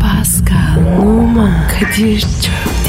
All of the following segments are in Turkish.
Pascal, Oman, Kadir çok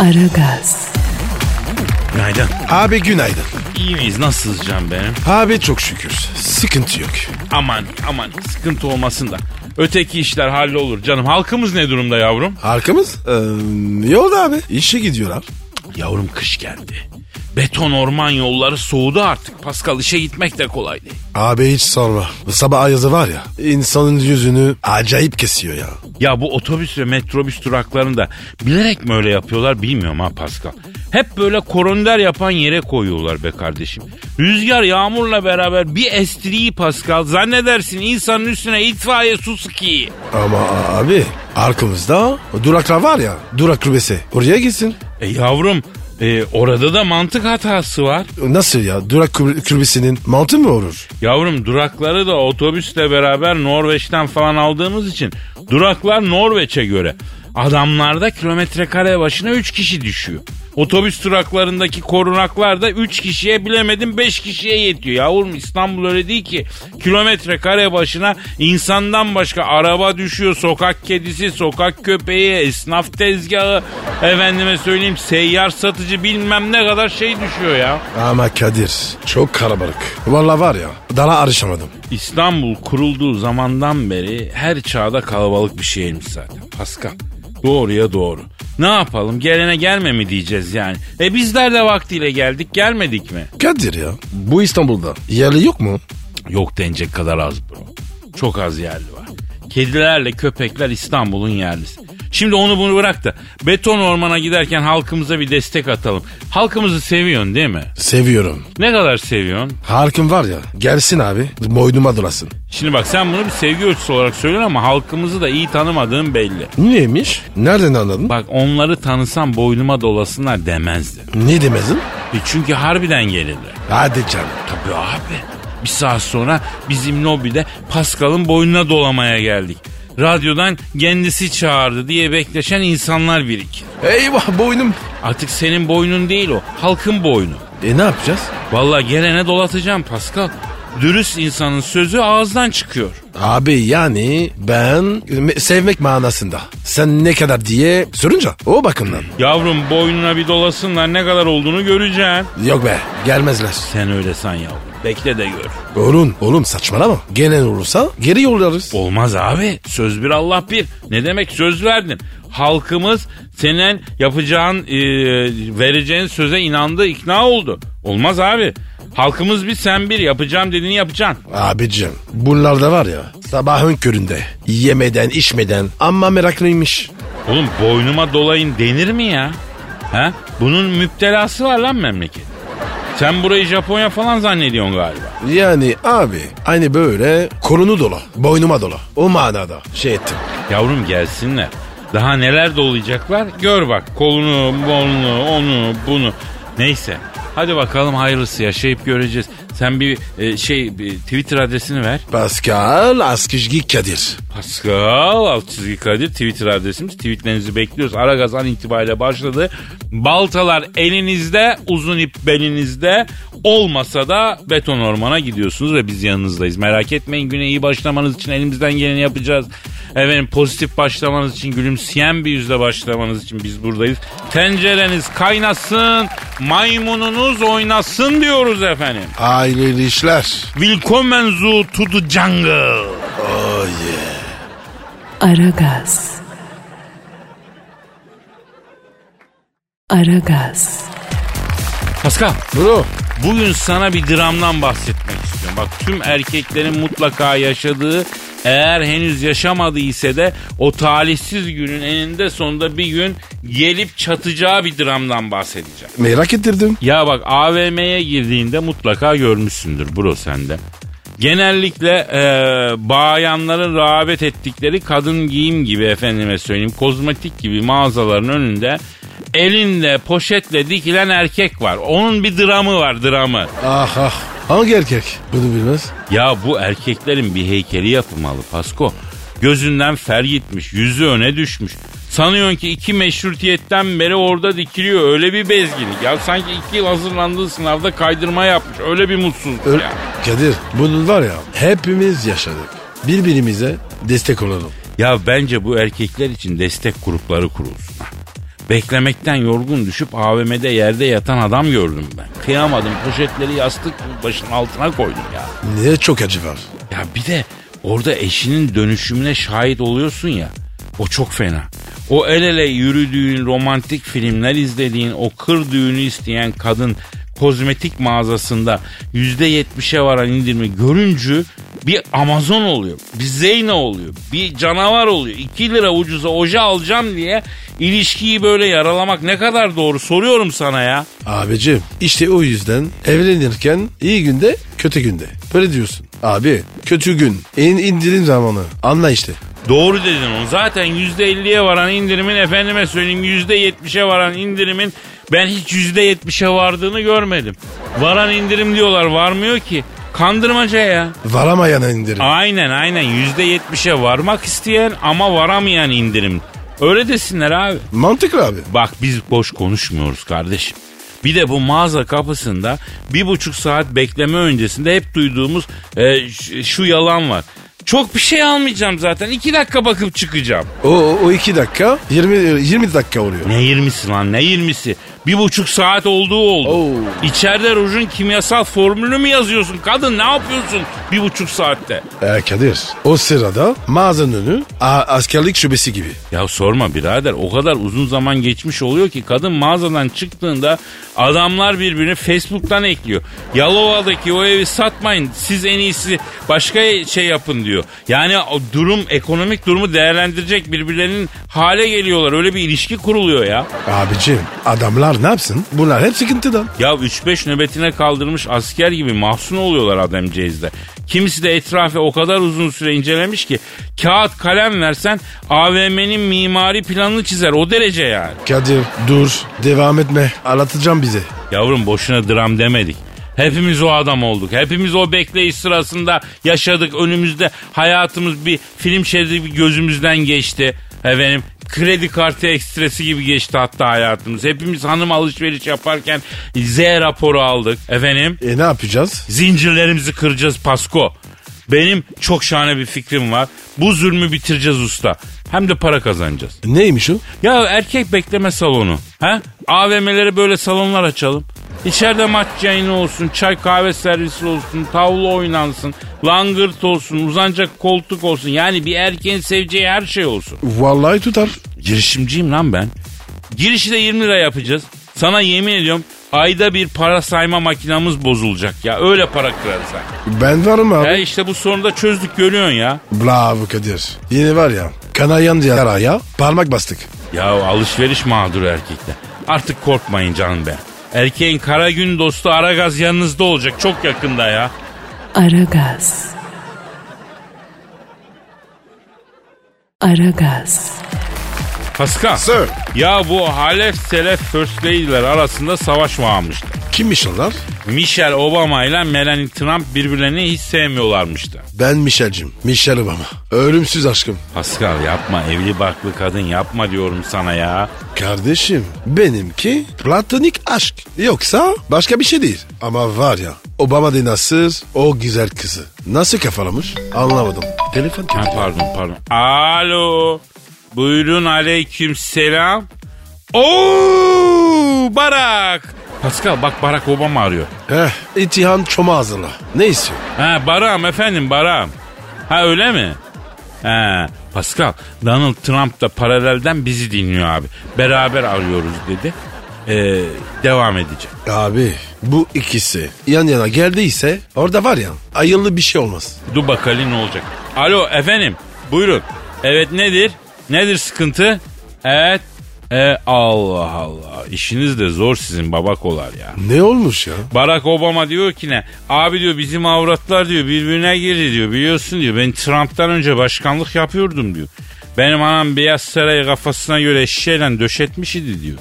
Aragaz, Günaydın. Abi günaydın. İyi miyiz? Nasılsınız can benim? Abi çok şükür. Sıkıntı yok. Aman aman sıkıntı olmasın da. Öteki işler hallolur canım. Halkımız ne durumda yavrum? Arkamız? Ee, yolda abi. İşe gidiyorlar. Yavrum kış geldi. Beton orman yolları soğudu artık. Pascal işe gitmek de kolay değil. Abi hiç sorma. Bu sabah ayazı var ya. insanın yüzünü acayip kesiyor ya. Ya bu otobüs ve metrobüs duraklarında bilerek mi öyle yapıyorlar bilmiyorum ha Pascal. Hep böyle koronder yapan yere koyuyorlar be kardeşim. Rüzgar yağmurla beraber bir estiriyi Pascal zannedersin insanın üstüne itfaiye su sıkıyı. Ama abi arkamızda duraklar var ya. Durak kulübesi. Oraya gitsin. E yavrum e, orada da mantık hatası var. Nasıl ya? Durak kul- kulübesinin mantığı mı olur? Yavrum durakları da otobüsle beraber Norveç'ten falan aldığımız için duraklar Norveç'e göre. Adamlarda kilometre kare başına 3 kişi düşüyor. Otobüs duraklarındaki korunaklar da 3 kişiye bilemedim 5 kişiye yetiyor. Yavrum İstanbul öyle değil ki. Kilometre kare başına insandan başka araba düşüyor. Sokak kedisi, sokak köpeği, esnaf tezgahı. Efendime söyleyeyim seyyar satıcı bilmem ne kadar şey düşüyor ya. Ama Kadir çok karabalık. Vallahi var ya dala arışamadım. İstanbul kurulduğu zamandan beri her çağda kalabalık bir şehirmiş zaten. Pascal. Doğruya doğru. Ne yapalım gelene gelme mi diyeceğiz yani. E bizler de vaktiyle geldik gelmedik mi? Kadir ya bu İstanbul'da yerli yok mu? Yok denecek kadar az bro. Çok az yerli var. Kedilerle köpekler İstanbul'un yerlisi. Şimdi onu bunu bırak da beton ormana giderken halkımıza bir destek atalım. Halkımızı seviyorsun değil mi? Seviyorum. Ne kadar seviyorsun? Harkım var ya gelsin abi boynuma dolasın. Şimdi bak sen bunu bir sevgi ölçüsü olarak söylüyorsun ama halkımızı da iyi tanımadığın belli. Niyeymiş? Nereden anladın? Bak onları tanısam boynuma dolasınlar demezdi. Ne demezim? E çünkü harbiden gelirler. Hadi canım. Tabii abi. Bir saat sonra bizim lobide Pascal'ın boynuna dolamaya geldik. Radyodan kendisi çağırdı diye bekleşen insanlar birikir. Eyvah boynum. Artık senin boynun değil o, halkın boynu. E ne yapacağız? Vallahi gelene dolatacağım Pascal. Dürüst insanın sözü ağızdan çıkıyor. Abi yani ben me- sevmek manasında. Sen ne kadar diye sorunca o bakımdan. Yavrum boynuna bir dolasınlar ne kadar olduğunu göreceksin. Yok be gelmezler. Sen öyle san yavrum. Bekle de gör. Oğlum oğlum saçmalama. Gelen olursa geri yollarız. Olmaz abi. Söz bir Allah bir. Ne demek söz verdin? Halkımız senin yapacağın, e, vereceğin söze inandı, ikna oldu. Olmaz abi. Halkımız bir sen bir yapacağım dediğini yapacaksın. Abicim bunlar da var ya sabahın köründe yemeden içmeden ama meraklıymış. Oğlum boynuma dolayın denir mi ya? Ha? Bunun müptelası var lan memleket. Sen burayı Japonya falan zannediyorsun galiba. Yani abi aynı böyle kolunu dola boynuma dola o manada şey ettim. Yavrum gelsinler. Daha neler dolayacaklar gör bak. Kolunu, bolunu, onu, bunu. Neyse. Hadi bakalım hayırlısı yaşayıp göreceğiz. Sen bir e, şey bir Twitter adresini ver. Pascal Askizgi Kadir. Pascal alt çizgi Kadir Twitter adresimiz. Tweetlerinizi bekliyoruz. Aragaz an itibariyle başladı. Baltalar elinizde, uzun ip belinizde. Olmasa da beton ormana gidiyorsunuz ve biz yanınızdayız. Merak etmeyin güne iyi başlamanız için elimizden geleni yapacağız. Efendim pozitif başlamanız için, gülümseyen bir yüzle başlamanız için biz buradayız. Tencereniz kaynasın, maymununuz oynasın diyoruz efendim. Aileli işler. Willkommen zu to the jungle. Oh Aragaz. Aragaz, Pascal. Bro Bugün sana bir dramdan bahsetmek istiyorum. Bak tüm erkeklerin mutlaka yaşadığı eğer henüz yaşamadı ise de o talihsiz günün eninde sonunda bir gün gelip çatacağı bir dramdan bahsedeceğim. merak ettirdim. Ya bak AVM'ye girdiğinde mutlaka görmüşsündür bro sende. Genellikle e, bayanların rağbet ettikleri kadın giyim gibi efendime söyleyeyim kozmetik gibi mağazaların önünde elinde poşetle dikilen erkek var. Onun bir dramı var dramı. Ah ah. Hangi erkek? Bunu bilmez. Ya bu erkeklerin bir heykeli yapılmalı Pasko. Gözünden fer gitmiş, yüzü öne düşmüş. Sanıyorsun ki iki meşrutiyetten beri orada dikiliyor. Öyle bir bezginlik. Ya sanki iki yıl hazırlandığı sınavda kaydırma yapmış. Öyle bir mutsuzluk Ö- ya. Kadir bunun var ya hepimiz yaşadık. Birbirimize destek olalım. Ya bence bu erkekler için destek grupları kurulsun. Beklemekten yorgun düşüp AVM'de yerde yatan adam gördüm ben. Kıyamadım poşetleri yastık başının altına koydum ya. Niye çok acı var? Ya bir de orada eşinin dönüşümüne şahit oluyorsun ya. O çok fena. O el ele yürüdüğün, romantik filmler izlediğin, o kır düğünü isteyen kadın kozmetik mağazasında %70'e varan indirimi görüncü bir Amazon oluyor. Bir Zeyna oluyor. Bir canavar oluyor. 2 lira ucuza oje alacağım diye ilişkiyi böyle yaralamak ne kadar doğru soruyorum sana ya. Abicim işte o yüzden evlenirken iyi günde kötü günde. Böyle diyorsun. Abi kötü gün en indirim zamanı. Anla işte. Doğru dedin onu. Zaten %50'ye varan indirimin efendime söyleyeyim %70'e varan indirimin ben hiç %70'e vardığını görmedim. Varan indirim diyorlar varmıyor ki. Kandırmaca ya. Varamayan indirim. Aynen aynen %70'e varmak isteyen ama varamayan indirim. Öyle desinler abi. Mantıklı abi. Bak biz boş konuşmuyoruz kardeşim. Bir de bu mağaza kapısında bir buçuk saat bekleme öncesinde hep duyduğumuz e, ş- şu yalan var. Çok bir şey almayacağım zaten. iki dakika bakıp çıkacağım. O, o iki dakika 20, 20 dakika oluyor. Ne 20'si lan ne 20'si? Bir buçuk saat olduğu oldu. Oo. İçeride rujun kimyasal formülü mü yazıyorsun? Kadın ne yapıyorsun bir buçuk saatte? E Kadir o sırada mağazanın önü a- askerlik şubesi gibi. Ya sorma birader o kadar uzun zaman geçmiş oluyor ki kadın mağazadan çıktığında adamlar birbirini Facebook'tan ekliyor. Yalova'daki o evi satmayın siz en iyisi başka şey yapın diyor. Yani o durum ekonomik durumu değerlendirecek birbirlerinin hale geliyorlar öyle bir ilişki kuruluyor ya. Abicim adamlar ne yapsın? Bunlar hep sıkıntıdan. Ya 3-5 nöbetine kaldırmış asker gibi mahzun oluyorlar Ademceğiz'de. Kimisi de etrafı o kadar uzun süre incelemiş ki kağıt kalem versen AVM'nin mimari planını çizer o derece yani. Kadir dur devam etme anlatacağım bize. Yavrum boşuna dram demedik. Hepimiz o adam olduk. Hepimiz o bekleyiş sırasında yaşadık. Önümüzde hayatımız bir film şeridi gibi gözümüzden geçti. Efendim kredi kartı ekstresi gibi geçti hatta hayatımız. Hepimiz hanım alışveriş yaparken Z raporu aldık. Efendim E ne yapacağız? Zincirlerimizi kıracağız Pasko. Benim çok şahane bir fikrim var. Bu zulmü bitireceğiz usta. Hem de para kazanacağız. Neymiş o? Ya erkek bekleme salonu. Ha? AVM'lere böyle salonlar açalım. İçeride maç yayını olsun, çay kahve servisi olsun, tavla oynansın, langırt olsun, uzanacak koltuk olsun. Yani bir erkeğin seveceği her şey olsun. Vallahi tutar. Girişimciyim lan ben. Girişi de 20 lira yapacağız. Sana yemin ediyorum ayda bir para sayma makinamız bozulacak ya. Öyle para kırarız ha. Ben varım abi. Ya işte bu sorunu da çözdük görüyorsun ya. Bravo Kadir. Yine var ya kanayan diğer araya parmak bastık. Ya alışveriş mağduru erkekler. Artık korkmayın canım be. Erkeğin kara gün dostu Aragaz yanınızda olacak çok yakında ya. Aragaz. Aragaz. Pascal. Sir. Ya bu halef selef first lady'ler arasında savaş varmıştı. Kimmiş onlar? Michelle Obama ile Melanie Trump birbirlerini hiç sevmiyorlarmıştı. Ben Michel'cim. Michel Obama. Ölümsüz aşkım. Pascal yapma evli barklı kadın yapma diyorum sana ya. Kardeşim benimki platonik aşk. Yoksa başka bir şey değil. Ama var ya Obama de nasıl o güzel kızı. Nasıl kafalamış anlamadım. Telefon Ha, kötü. pardon pardon. Alo. Buyurun aleyküm selam. Oo Barak. Pascal bak Barak Obama arıyor. Heh, İtihan çoma hazırla. Ne istiyor? Ha Barak'ım efendim Barak'ım. Ha öyle mi? Ha Pascal Donald Trump da paralelden bizi dinliyor abi. Beraber arıyoruz dedi. Ee, devam edecek. Abi bu ikisi yan yana geldiyse orada var ya ayıllı bir şey olmaz. Dur bakalım ne olacak. Alo efendim buyurun. Evet nedir? Nedir sıkıntı? Evet. E Allah Allah. İşiniz de zor sizin babakolar ya. Ne olmuş ya? Barack Obama diyor ki ne? Abi diyor bizim avratlar diyor birbirine girdi diyor biliyorsun diyor. Ben Trump'tan önce başkanlık yapıyordum diyor. Benim anam Beyaz Saray'ı kafasına göre eşeğiyle döşetmiş idi diyor.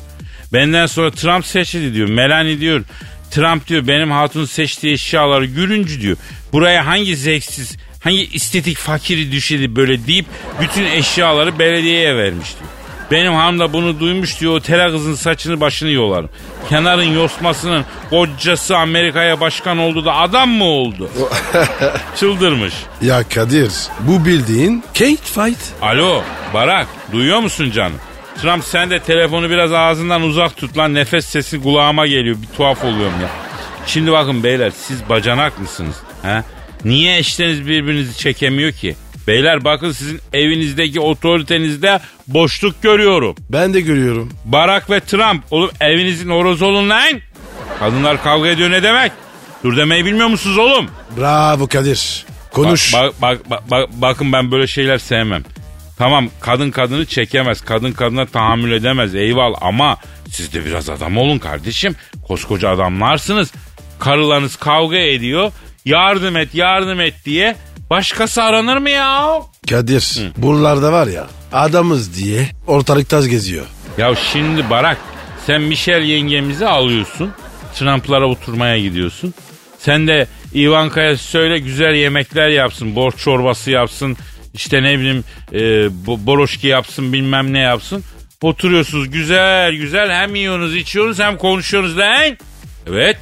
Benden sonra Trump seçildi diyor. Melanie diyor. Trump diyor benim hatun seçtiği eşyaları görüncü diyor. Buraya hangi zevksiz, hangi istetik fakiri düşedi böyle deyip bütün eşyaları belediyeye vermiş diyor. Benim hanım da bunu duymuş diyor. O tela kızın saçını başını yolarım. Kenarın yosmasının kocası Amerika'ya başkan oldu da adam mı oldu? Çıldırmış. Ya Kadir bu bildiğin Kate Fight. Alo Barak duyuyor musun canım? Trump sen de telefonu biraz ağzından uzak tut lan nefes sesi kulağıma geliyor bir tuhaf oluyorum ya. Şimdi bakın beyler siz bacanak mısınız? He? Niye eşleriniz birbirinizi çekemiyor ki? Beyler bakın sizin evinizdeki otoritenizde boşluk görüyorum. Ben de görüyorum. Barak ve Trump oğlum evinizin horozu olun lan. Kadınlar kavga ediyor ne demek? Dur demeyi bilmiyor musunuz oğlum? Bravo Kadir. Konuş. Bak, bak, bak, bak- bakın ben böyle şeyler sevmem. Tamam kadın kadını çekemez. Kadın kadına tahammül edemez. Eyvallah ama siz de biraz adam olun kardeşim. Koskoca adamlarsınız. Karılarınız kavga ediyor. Yardım et yardım et diye. Başkası aranır mı ya? Kadir buralarda var ya adamız diye ortalıkta geziyor. Ya şimdi Barak sen Michel yengemizi alıyorsun. Trump'lara oturmaya gidiyorsun. Sen de Ivanka'ya söyle güzel yemekler yapsın. Borç çorbası yapsın. İşte ne bileyim e, bo- boroşki yapsın bilmem ne yapsın. Oturuyorsunuz güzel güzel hem yiyorsunuz içiyorsunuz hem konuşuyorsunuz lan. Evet.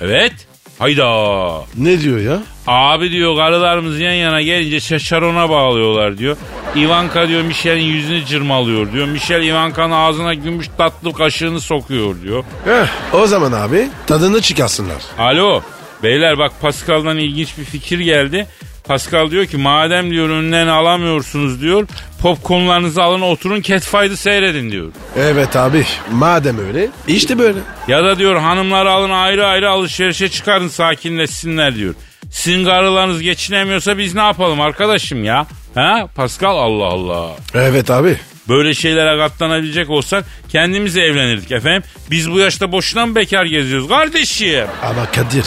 Evet. Hayda. Ne diyor ya? Abi diyor karılarımız yan yana gelince şaşarona bağlıyorlar diyor. Ivanka diyor Michel'in yüzünü cırmalıyor diyor. Michel Ivanka'nın ağzına gümüş tatlı kaşığını sokuyor diyor. Heh, Eh, o zaman abi tadını çıkarsınlar. Alo beyler bak Pascal'dan ilginç bir fikir geldi. Pascal diyor ki madem diyor önlerini alamıyorsunuz diyor. Popcornlarınızı alın oturun cat fight'ı seyredin diyor. Evet abi madem öyle işte böyle. Ya da diyor hanımları alın ayrı ayrı alışverişe çıkarın sakinleşsinler diyor. Sizin karılarınız geçinemiyorsa biz ne yapalım arkadaşım ya? Ha Pascal Allah Allah. Evet abi Böyle şeylere katlanabilecek olsak kendimiz evlenirdik efendim. Biz bu yaşta boşuna mı bekar geziyoruz kardeşim? ama Kadir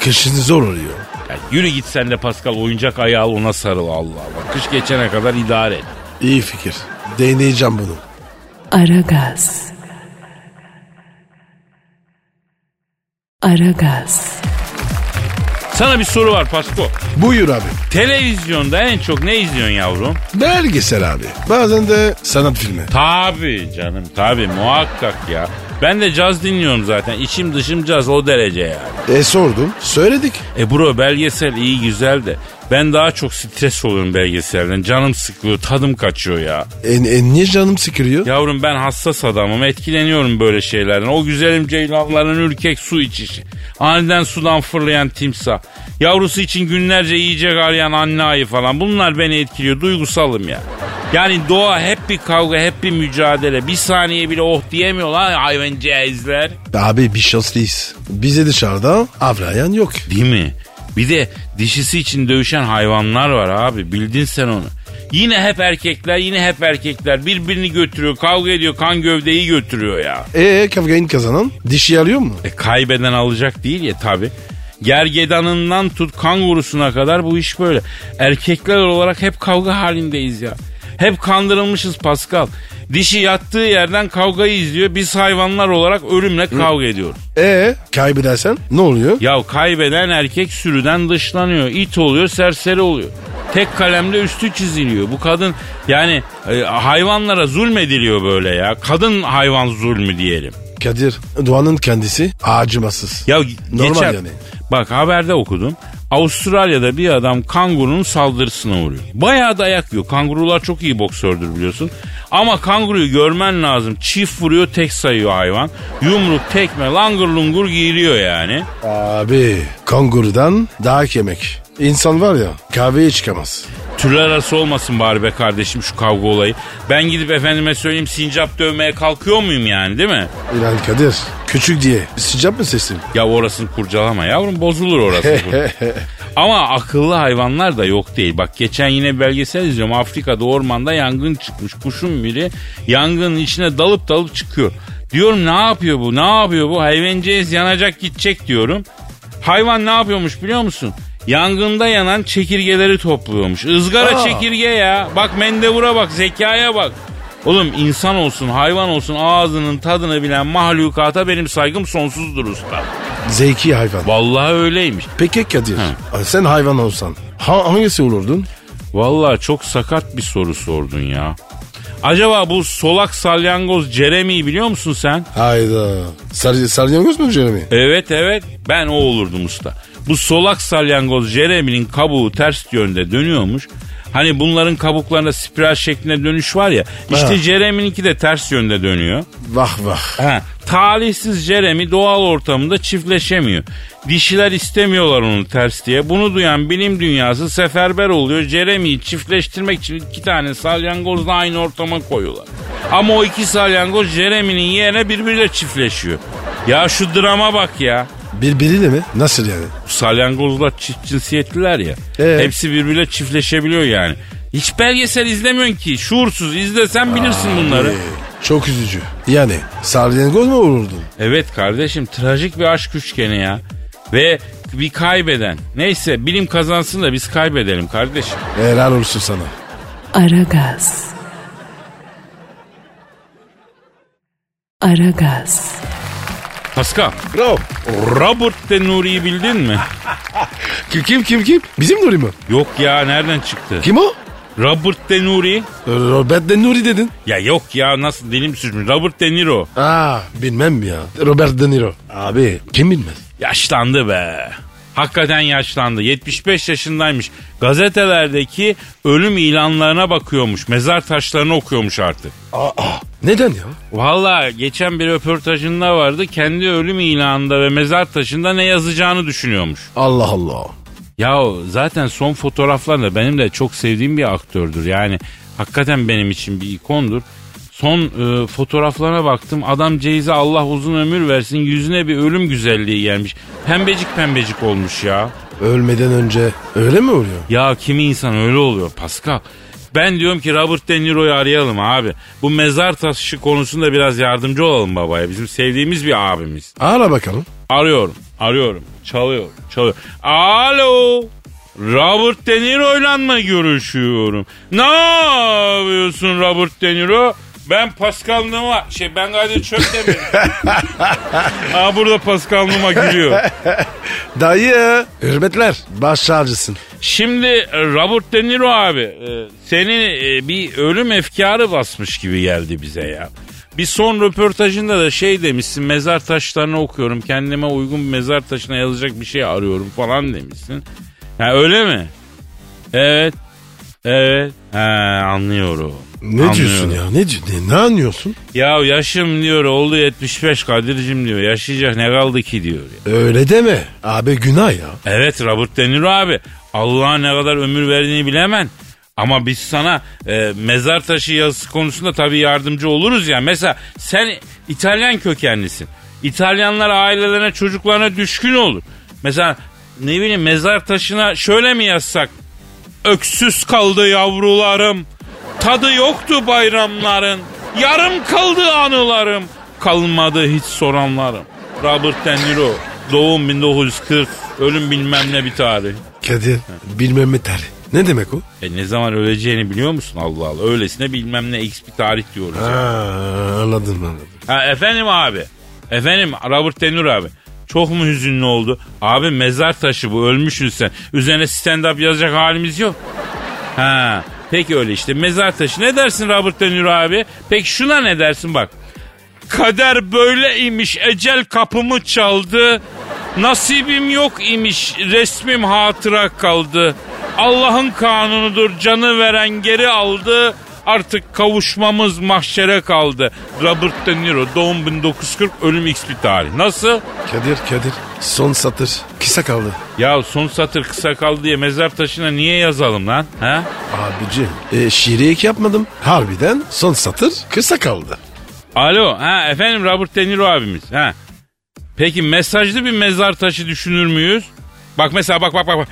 kışın zor oluyor. Ya yürü git sen de Pascal oyuncak ayağı al ona sarıl Allah Allah. Kış geçene kadar idare et. İyi fikir. Deneyeceğim bunu. Aragaz. Aragaz. Sana bir soru var Pasko. Buyur abi. Televizyonda en çok ne izliyorsun yavrum? Belgesel abi. Bazen de sanat filmi. Tabii canım tabii muhakkak ya. Ben de caz dinliyorum zaten. İçim dışım caz o derece yani. E sordum. Söyledik. E bro belgesel iyi güzel de ben daha çok stres oluyorum belgeselden. Canım sıkılıyor tadım kaçıyor ya. E, e, niye canım sıkılıyor? Yavrum ben hassas adamım etkileniyorum böyle şeylerden. O güzelim ceylanların ürkek su içişi. Aniden sudan fırlayan timsah. Yavrusu için günlerce yiyecek arayan anne ayı falan. Bunlar beni etkiliyor duygusalım ya. Yani doğa hep bir kavga hep bir mücadele. Bir saniye bile oh diyemiyor lan hayvancağızlar. Abi bir şanslıyız. Bize dışarıda avlayan yok. Değil mi? Bir de dişisi için dövüşen hayvanlar var abi. Bildin sen onu. Yine hep erkekler, yine hep erkekler. Birbirini götürüyor, kavga ediyor, kan gövdeyi götürüyor ya. E kavgayın kazanan dişi alıyor mu? E, kaybeden alacak değil ya tabi. Gergedanından tut kangurusuna kadar bu iş böyle. Erkekler olarak hep kavga halindeyiz ya. Hep kandırılmışız Pascal. Dişi yattığı yerden kavgayı izliyor. Biz hayvanlar olarak ölümle kavga ediyoruz. E kaybedersen ne oluyor? Ya kaybeden erkek sürüden dışlanıyor. İt oluyor, serseri oluyor. Tek kalemde üstü çiziliyor. Bu kadın yani e, hayvanlara zulmediliyor böyle ya. Kadın hayvan zulmü diyelim. Kadir doğanın kendisi acımasız. Ya Normal geçen, yani. Bak haberde okudum. Avustralya'da bir adam kangurunun saldırısına uğruyor. Bayağı dayak yiyor. Kangurular çok iyi boksördür biliyorsun. Ama kanguruyu görmen lazım. Çift vuruyor tek sayıyor hayvan. Yumruk, tekme, langır lungur giyiliyor yani. Abi kangurudan dayak yemek İnsan var ya kahveye çıkamaz. Türler arası olmasın bari be kardeşim şu kavga olayı. Ben gidip efendime söyleyeyim sincap dövmeye kalkıyor muyum yani değil mi? İlan Kadir küçük diye sıcak mı sesim? Ya orasını kurcalama yavrum bozulur orası. Ama akıllı hayvanlar da yok değil. Bak geçen yine belgesel izliyorum. Afrika'da ormanda yangın çıkmış. Kuşun biri yangının içine dalıp dalıp çıkıyor. Diyorum ne yapıyor bu ne yapıyor bu hayvancağız yanacak gidecek diyorum. Hayvan ne yapıyormuş biliyor musun? Yangında yanan çekirgeleri topluyormuş. Izgara Aa. çekirge ya. Bak mendebura bak zekaya bak. Oğlum insan olsun hayvan olsun ağzının tadını bilen mahlukata benim saygım sonsuzdur usta. Zeki hayvan. Vallahi öyleymiş. Peki Kadir sen hayvan olsan ha- hangisi olurdun? Vallahi çok sakat bir soru sordun ya. Acaba bu solak salyangoz Jeremy'yi biliyor musun sen? Hayda. Sar salyangoz mu Jeremy? Evet evet ben o olurdum usta. Bu solak salyangoz Jeremy'nin kabuğu ters yönde dönüyormuş. Hani bunların kabuklarında spiral şeklinde dönüş var ya. İşte Ha. Jeremy'ninki de ters yönde dönüyor. Vah vah. Ha, talihsiz Jeremy doğal ortamında çiftleşemiyor. Dişiler istemiyorlar onu ters diye. Bunu duyan bilim dünyası seferber oluyor. Jeremy'yi çiftleştirmek için iki tane salyangozla aynı ortama koyuyorlar. Ama o iki salyangoz Jeremy'nin yerine birbiriyle çiftleşiyor. Ya şu drama bak ya. Birbiriyle mi? Nasıl yani? Salyangozlar çift cinsiyetliler ya. Ee? Hepsi birbiriyle çiftleşebiliyor yani. Hiç belgesel izlemiyorsun ki. Şuursuz izlesen bilirsin bunları. Ee, Çok üzücü. Yani salyangoz mu olurdun? Evet kardeşim trajik bir aşk üçgeni ya. Ve bir kaybeden. Neyse bilim kazansın da biz kaybedelim kardeşim. Helal olsun sana. Aragaz. Aragaz. Pascal, Bro. Robert De Nuri'yi bildin mi? Kim kim kim kim? Bizim Nuri mi? Yok ya nereden çıktı? Kim o? Robert De Nuri? Robert De Nuri dedin. Ya yok ya nasıl dilim sürçmüş. Robert De Niro. Aa bilmem ya. Robert De Niro. Abi kim bilmez? Yaşlandı be. Hakikaten yaşlandı. 75 yaşındaymış. Gazetelerdeki ölüm ilanlarına bakıyormuş. Mezar taşlarını okuyormuş artık. Aa, neden ya? Valla geçen bir röportajında vardı. Kendi ölüm ilanında ve mezar taşında ne yazacağını düşünüyormuş. Allah Allah. Ya zaten son fotoğraflarında benim de çok sevdiğim bir aktördür. Yani hakikaten benim için bir ikondur. Son e, fotoğraflarına baktım. Adam Ceyiz'e Allah uzun ömür versin. Yüzüne bir ölüm güzelliği gelmiş. Pembecik pembecik olmuş ya. Ölmeden önce öyle mi oluyor? Ya kimi insan öyle oluyor Pascal. Ben diyorum ki Robert De Niro'yu arayalım abi. Bu mezar taşı konusunda biraz yardımcı olalım babaya. Bizim sevdiğimiz bir abimiz. Ara bakalım. Arıyorum, arıyorum. Çalıyor, çalıyor. Alo. Robert De Niro'yla mı görüşüyorum? Ne yapıyorsun Robert De Niro? Ben Pascal Numa, şey ben Kadir Çöpdemir. Aa burada Pascal Numa gülüyor. Dayı. Hürmetler. Baş ağrısın. Şimdi e, Robert De Niro abi e, senin e, bir ölüm efkarı basmış gibi geldi bize ya. Bir son röportajında da şey demişsin mezar taşlarını okuyorum kendime uygun bir mezar taşına yazacak bir şey arıyorum falan demişsin. Ha öyle mi? Evet. Evet. Ha, anlıyorum. Ne diyorsun Anlıyorum. ya? Ne, diyor- ne, ne anlıyorsun? Ya yaşım diyor oldu 75 Kadir'cim diyor yaşayacak ne kaldı ki diyor ya. Öyle deme. Abi günah ya. Evet Robert De Niro abi. Allah'a ne kadar ömür verdiğini bilemen. Ama biz sana e, mezar taşı yazısı konusunda tabii yardımcı oluruz ya. Mesela sen İtalyan kökenlisin. İtalyanlar ailelerine çocuklarına düşkün olur. Mesela ne bileyim mezar taşına şöyle mi yazsak? Öksüz kaldı yavrularım. Tadı yoktu bayramların. Yarım kaldı anılarım. Kalmadı hiç soranlarım. Robert De Niro. Doğum 1940. Ölüm bilmem ne bir tarih. Kadir bilmem ne tarih. Ne demek o? E ne zaman öleceğini biliyor musun Allah Allah? Öylesine bilmem ne x bir tarih diyoruz. Ha, Ha, anladım anladım. efendim abi. Efendim Robert De Niro abi. Çok mu hüzünlü oldu? Abi mezar taşı bu ölmüşsün sen. Üzerine stand-up yazacak halimiz yok. Ha, peki öyle işte mezar taşı. Ne dersin Robert De Niro abi? Peki şuna ne dersin bak. Kader böyle imiş ecel kapımı çaldı. Nasibim yok imiş resmim hatıra kaldı. Allah'ın kanunudur canı veren geri aldı. Artık kavuşmamız mahşere kaldı. Robert De Niro doğum 1940 ölüm X bir tarih. Nasıl? Kadir Kadir son satır kısa kaldı. Ya son satır kısa kaldı diye mezar taşına niye yazalım lan? Ha? Abicim e, şiiri ek yapmadım. Harbiden son satır kısa kaldı. Alo, ha efendim Robert De Niro abimiz. Ha. Peki mesajlı bir mezar taşı düşünür müyüz? Bak mesela bak bak bak bak.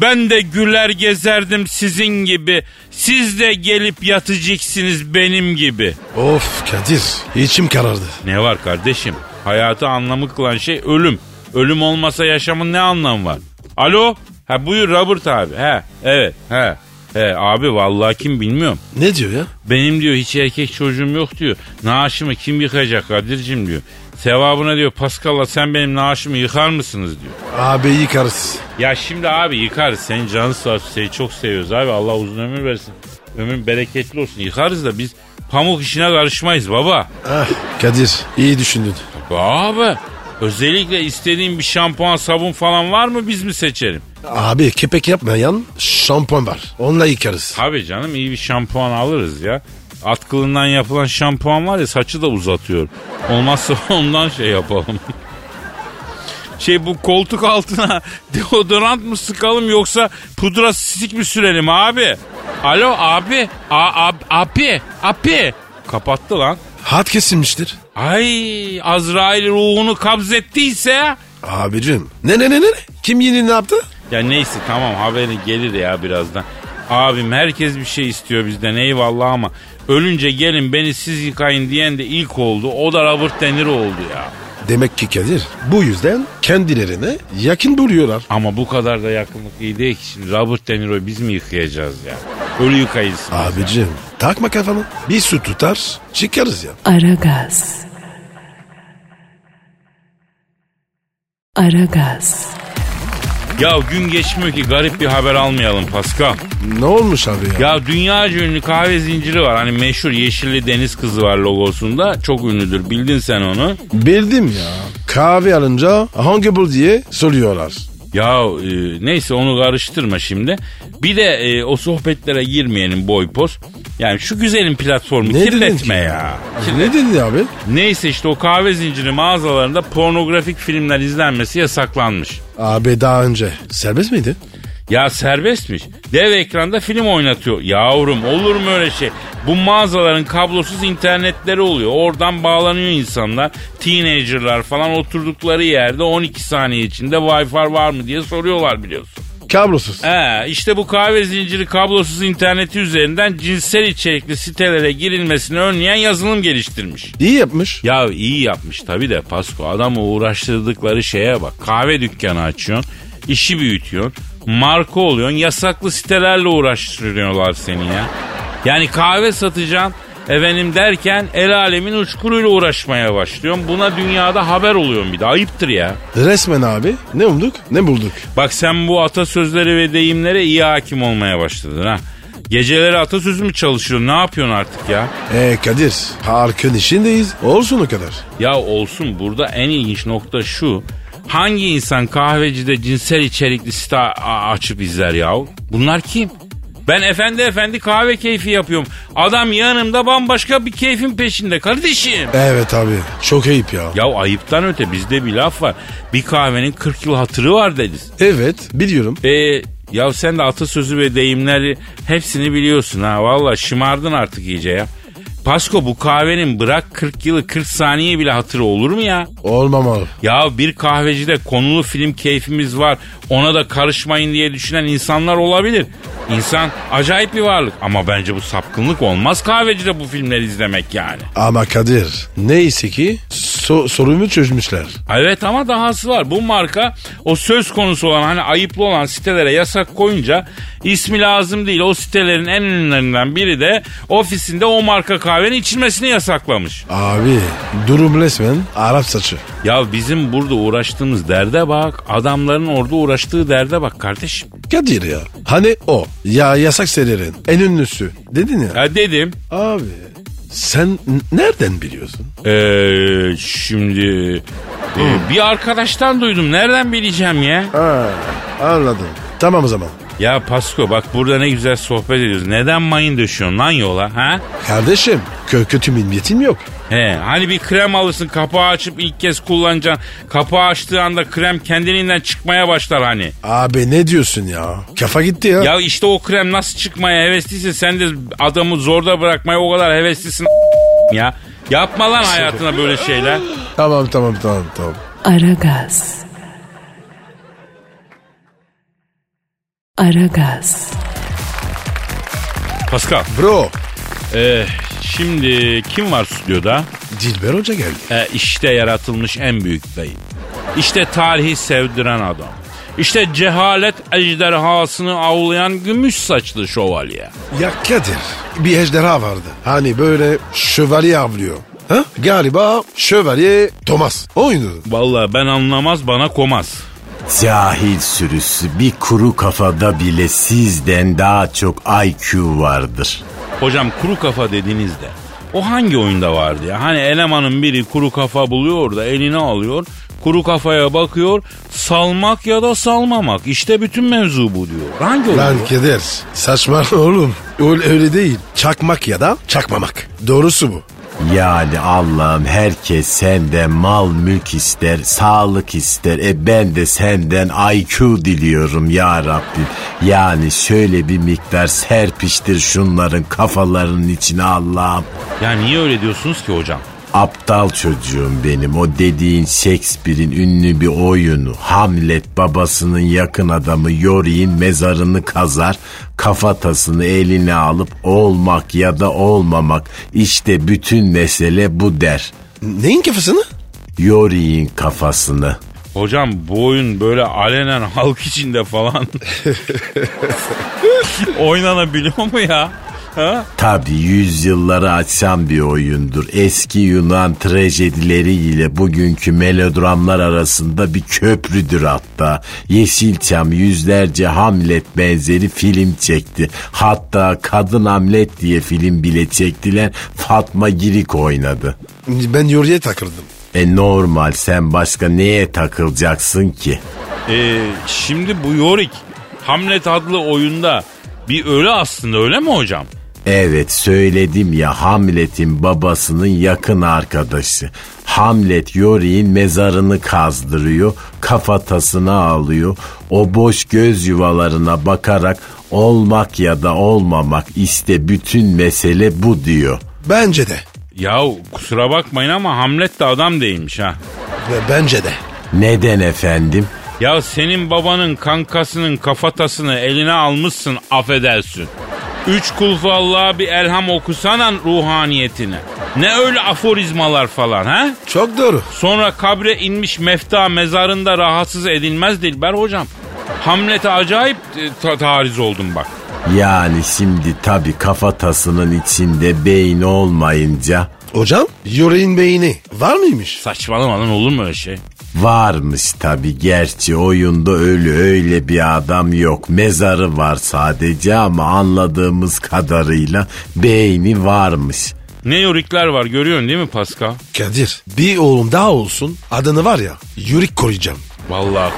Ben de güler gezerdim sizin gibi. Siz de gelip yatacaksınız benim gibi. Of Kadir içim karardı. Ne var kardeşim? Hayatı anlamı kılan şey ölüm. Ölüm olmasa yaşamın ne anlamı var? Alo? Ha buyur Robert abi. He evet he. He abi vallahi kim bilmiyorum. Ne diyor ya? Benim diyor hiç erkek çocuğum yok diyor. Naaşımı kim yıkacak Kadir'cim diyor. Sevabına diyor Paskal'la sen benim naaşımı yıkar mısınız diyor. Abi yıkarız. Ya şimdi abi yıkarız. Senin canı sağ olsun. Seni çok seviyoruz abi. Allah uzun ömür versin. Ömrün bereketli olsun. Yıkarız da biz pamuk işine karışmayız baba. Ah, Kadir iyi düşündün. Abi özellikle istediğin bir şampuan sabun falan var mı biz mi seçelim? Abi kepek yapmayan şampuan var. Onunla yıkarız. Tabii canım iyi bir şampuan alırız ya. At kılından yapılan şampuan var ya saçı da uzatıyor. Olmazsa ondan şey yapalım. şey bu koltuk altına deodorant mı sıkalım yoksa pudra sisik mi sürelim abi? Alo abi. A, ab- abi. Abi. Kapattı lan. Hat kesilmiştir. Ay Azrail ruhunu kabzettiyse Abicim ne ne ne ne? ne? Kim yeni ne yaptı? Ya neyse tamam haberi gelir ya birazdan. Abim herkes bir şey istiyor bizden eyvallah ama ölünce gelin beni siz yıkayın diyen de ilk oldu. O da Robert De Niro oldu ya. Demek ki Kadir bu yüzden kendilerine yakın buluyorlar. Ama bu kadar da yakınlık iyi değil ki şimdi Robert De Niro'yu biz mi yıkayacağız ya? Ölü yıkayız. Abicim takma kafanı. Bir su tutar çıkarız ya. Aragaz. Aragaz. Ya gün geçmiyor ki garip bir haber almayalım Pascal. Ne olmuş abi ya? Ya dünya ünlü kahve zinciri var. Hani meşhur yeşilli deniz kızı var logosunda. Çok ünlüdür bildin sen onu. Bildim ya. Kahve alınca hangi bul diye soruyorlar. Ya e, neyse onu karıştırma şimdi. Bir de e, o sohbetlere girmeyelim boy poz. Yani şu güzelin platformu Ne dedin ki? kirletme ya. Ne dedi abi? Neyse işte o kahve zinciri mağazalarında pornografik filmler izlenmesi yasaklanmış. Abi daha önce serbest miydi? Ya serbestmiş. Dev ekranda film oynatıyor. Yavrum olur mu öyle şey? Bu mağazaların kablosuz internetleri oluyor. Oradan bağlanıyor insanlar. Teenager'lar falan oturdukları yerde 12 saniye içinde Wi-Fi var mı diye soruyorlar biliyorsun. Kablosuz. He, işte bu kahve zinciri kablosuz interneti üzerinden cinsel içerikli sitelere girilmesini önleyen yazılım geliştirmiş. İyi yapmış. Ya iyi yapmış tabi de Pasko adamı uğraştırdıkları şeye bak. Kahve dükkanı açıyorsun, işi büyütüyorsun, marka oluyorsun, yasaklı sitelerle uğraştırıyorlar seni ya. Yani kahve satacaksın efendim derken el alemin uçkuruyla uğraşmaya başlıyorsun. Buna dünyada haber oluyorsun bir de ayıptır ya. Resmen abi ne umduk ne bulduk. Bak sen bu atasözleri ve deyimlere iyi hakim olmaya başladın ha. Geceleri atasözü mü çalışıyorsun? Ne yapıyorsun artık ya? E Kadir halkın işindeyiz olsun o kadar. Ya olsun burada en ilginç nokta şu. Hangi insan kahvecide cinsel içerikli site a- açıp izler yahu? Bunlar kim? Ben efendi efendi kahve keyfi yapıyorum. Adam yanımda bambaşka bir keyfin peşinde kardeşim. Evet abi çok ayıp ya. Ya ayıptan öte bizde bir laf var. Bir kahvenin 40 yıl hatırı var deriz. Evet biliyorum. E ya sen de atasözü ve deyimleri hepsini biliyorsun ha. Valla şımardın artık iyice ya. Pasko bu kahvenin bırak 40 yılı 40 saniye bile hatırı olur mu ya? Olmamalı. Ya bir kahvecide konulu film keyfimiz var ona da karışmayın diye düşünen insanlar olabilir. İnsan acayip bir varlık ama bence bu sapkınlık olmaz kahvecide bu filmleri izlemek yani. Ama Kadir neyse ki so- sorumu çözmüşler. Evet ama dahası var. Bu marka o söz konusu olan hani ayıplı olan sitelere yasak koyunca ismi lazım değil. O sitelerin en ünlülerinden biri de ofisinde o marka kahvenin içilmesini yasaklamış. Abi durum resmen Arap saçı. Ya bizim burada uğraştığımız derde bak. Adamların orada uğraştığı derde bak kardeşim. Kadir ya. Hani o ya yasak serilerin en ünlüsü dedin ya. Ya dedim. Abi sen n- nereden biliyorsun? Ee, şimdi e, bir arkadaştan duydum. Nereden bileceğim ya? Ha, anladım. Tamam o zaman. Ya Pasko bak burada ne güzel sohbet ediyoruz. Neden mayın döşüyorsun lan yola ha? Kardeşim kö kötü milletim yok. He, hani bir krem alırsın kapağı açıp ilk kez kullanacaksın. Kapağı açtığı anda krem kendiliğinden çıkmaya başlar hani. Abi ne diyorsun ya? Kafa gitti ya. Ya işte o krem nasıl çıkmaya hevesliyse sen de adamı zorda bırakmaya o kadar heveslisin ya. Yapma lan hayatına böyle şeyler. Tamam tamam tamam tamam. Aragaz. Aragaz. Pascal. Bro e, şimdi kim var stüdyoda? Dilber Hoca geldi. E, işte yaratılmış en büyük dayı. İşte tarihi sevdiren adam. İşte cehalet ejderhasını avlayan gümüş saçlı şövalye. Ya Kadir bir ejderha vardı. Hani böyle şövalye avlıyor. Ha? Galiba şövalye Thomas. Oynadı. Vallahi ben anlamaz bana komaz. Cahil sürüsü bir kuru kafada bile sizden daha çok IQ vardır. Hocam kuru kafa dediğinizde o hangi oyunda vardı ya? Hani elemanın biri kuru kafa buluyor da eline alıyor. Kuru kafaya bakıyor. Salmak ya da salmamak. İşte bütün mevzu bu diyor. Hangi oyun? Lan bu? Kadir saçmalama oğlum. Öyle, öyle değil. Çakmak ya da çakmamak. Doğrusu bu. Yani Allah'ım herkes senden mal mülk ister, sağlık ister. E ben de senden IQ diliyorum ya Rabbim. Yani şöyle bir miktar serpiştir şunların kafalarının içine Allah'ım. Ya niye öyle diyorsunuz ki hocam? Aptal çocuğum benim o dediğin Shakespeare'in ünlü bir oyunu Hamlet babasının yakın adamı Yori'nin mezarını kazar kafatasını eline alıp olmak ya da olmamak işte bütün mesele bu der Neyin kafasını? Yori'nin kafasını Hocam bu oyun böyle alenen halk içinde falan oynanabiliyor mu ya? Ha? Tabi yüzyılları açan bir oyundur. Eski Yunan trajedileri ile bugünkü melodramlar arasında bir köprüdür hatta. Yeşilçam yüzlerce Hamlet benzeri film çekti. Hatta Kadın Hamlet diye film bile çektiler. Fatma Girik oynadı. Ben yürüye takıldım. E normal sen başka neye takılacaksın ki? Ee, şimdi bu Yorick Hamlet adlı oyunda bir ölü aslında öyle mi hocam? Evet söyledim ya Hamlet'in babasının yakın arkadaşı. Hamlet Yori'nin mezarını kazdırıyor, kafatasına alıyor. O boş göz yuvalarına bakarak olmak ya da olmamak işte bütün mesele bu diyor. Bence de. Yahu kusura bakmayın ama Hamlet de adam değilmiş ha. Ve bence de. Neden efendim? Ya senin babanın kankasının kafatasını eline almışsın affedersin. Üç kulfu Allah'a bir elham okusana ruhaniyetine. Ne öyle aforizmalar falan ha? Çok doğru. Sonra kabre inmiş mefta mezarında rahatsız edilmez Dilber hocam. Hamlet'e acayip e, ta- tariz oldum bak. Yani şimdi tabi kafatasının içinde beyin olmayınca Hocam yüreğin beyni var mıymış? Saçmalama lan olur mu öyle şey? Varmış tabi gerçi oyunda öyle öyle bir adam yok. Mezarı var sadece ama anladığımız kadarıyla beyni varmış. Ne yorikler var görüyorsun değil mi Pascal? Kadir bir oğlum daha olsun adını var ya yürek koyacağım. Vallahi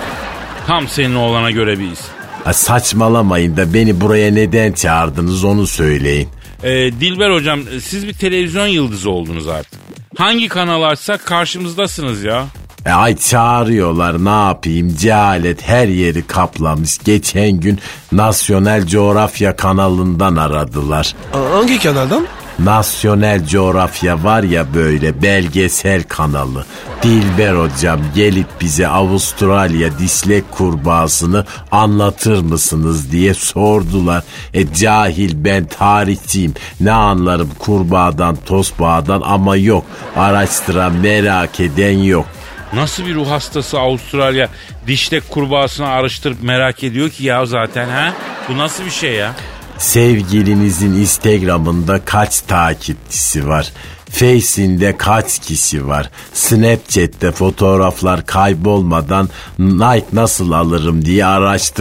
tam senin oğlana göre bir isim. Ha, saçmalamayın da beni buraya neden çağırdınız onu söyleyin. Ee, Dilber hocam e, siz bir televizyon yıldızı oldunuz artık. Hangi kanal açsak karşımızdasınız ya. E, ay çağırıyorlar ne yapayım cehalet her yeri kaplamış. Geçen gün Nasyonel Coğrafya kanalından aradılar. A- hangi kanaldan? Nasyonel coğrafya var ya böyle belgesel kanalı. Dilber hocam gelip bize Avustralya dislek kurbağasını anlatır mısınız diye sordular. E cahil ben tarihçiyim ne anlarım kurbağadan tosbağadan ama yok araştıran merak eden yok. Nasıl bir ruh hastası Avustralya diştek kurbağasını araştırıp merak ediyor ki ya zaten ha? Bu nasıl bir şey ya? Sevgilinizin Instagram'ında kaç takipçisi var? Face'inde kaç kişi var? Snapchat'te fotoğraflar kaybolmadan Nike nasıl alırım diye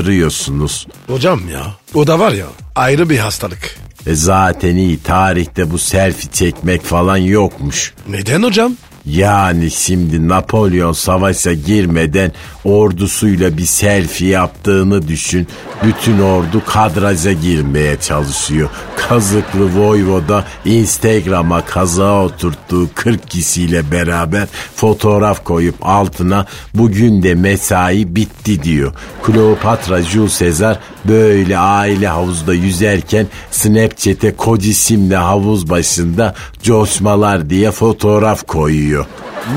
araştırıyorsunuz. Hocam ya o da var ya ayrı bir hastalık. E zaten iyi tarihte bu selfie çekmek falan yokmuş. Neden hocam? Yani şimdi Napolyon savaşa girmeden ordusuyla bir selfie yaptığını düşün. Bütün ordu kadraja girmeye çalışıyor. Kazıklı Voyvoda Instagram'a kaza oturttuğu 40 kişiyle beraber fotoğraf koyup altına bugün de mesai bitti diyor. Kleopatra Jules Caesar böyle aile havuzda yüzerken Snapchat'e kocisimle havuz başında coşmalar diye fotoğraf koyuyor.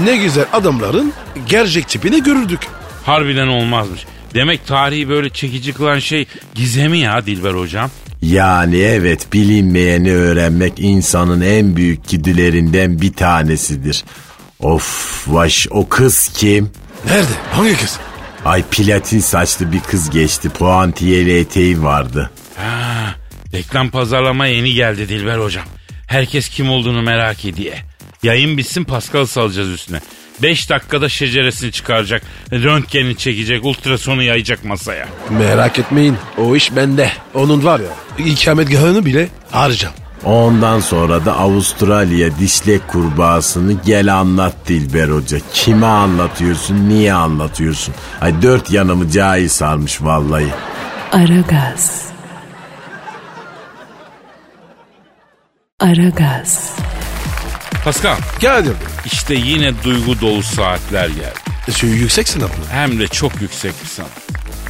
Ne güzel adamların gerçek tipini görürdük. Harbiden olmazmış. Demek tarihi böyle çekici kılan şey gizemi ya Dilber hocam. Yani evet bilinmeyeni öğrenmek insanın en büyük güdülerinden bir tanesidir. Of vaş o kız kim? Nerede? Hangi kız? Ay platin saçlı bir kız geçti. Puantiyeli eteği vardı. Ha, reklam pazarlama yeni geldi Dilber hocam. Herkes kim olduğunu merak ediyor. Yayın bitsin Pascal salacağız üstüne. 5 dakikada şeceresini çıkaracak, röntgenini çekecek, ultrasonu yayacak masaya. Merak etmeyin. O iş bende. Onun var ya ikametgahını bile harcam. Ondan sonra da Avustralya dişlek kurbağasını gel anlat Dilber Hoca. Kime anlatıyorsun, niye anlatıyorsun? Ay dört yanımı cahil sarmış vallahi. Aragaz. Aragaz. Pascal, Kadir işte yine duygu dolu saatler geldi. E, şu yüksek sınav mı? Hem de çok yüksek bir sanat.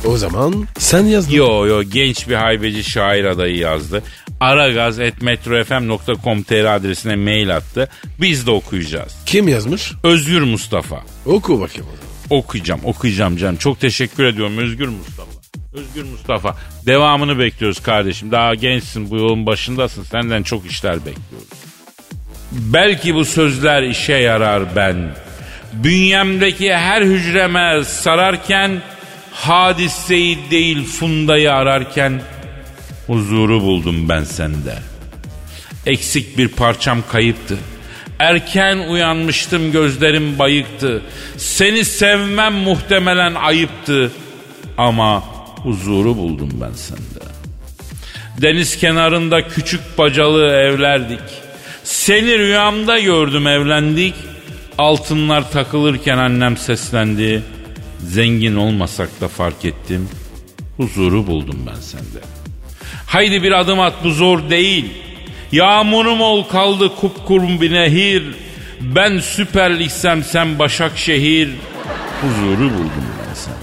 O zaman sen yazdın. Yo yo genç bir haybeci şair adayı yazdı. aragaz.metrofm.com.tr adresine mail attı. Biz de okuyacağız. Kim yazmış? Özgür Mustafa. Oku bakayım o zaman. Okuyacağım okuyacağım canım. Çok teşekkür ediyorum Özgür Mustafa. Özgür Mustafa. Devamını bekliyoruz kardeşim. Daha gençsin bu yolun başındasın. Senden çok işler bekliyoruz. Belki bu sözler işe yarar ben. Bünyemdeki her hücreme sararken hadiseyi değil fundayı ararken huzuru buldum ben sende. Eksik bir parçam kayıptı. Erken uyanmıştım gözlerim bayıktı. Seni sevmem muhtemelen ayıptı. Ama huzuru buldum ben sende. Deniz kenarında küçük bacalı evlerdik. Seni rüyamda gördüm evlendik. Altınlar takılırken annem seslendi. Zengin olmasak da fark ettim. Huzuru buldum ben sende. Haydi bir adım at bu zor değil. Yağmurum ol kaldı kupkurum bir nehir. Ben Süper Lig'sem sen Başakşehir. Huzuru buldum ben sende.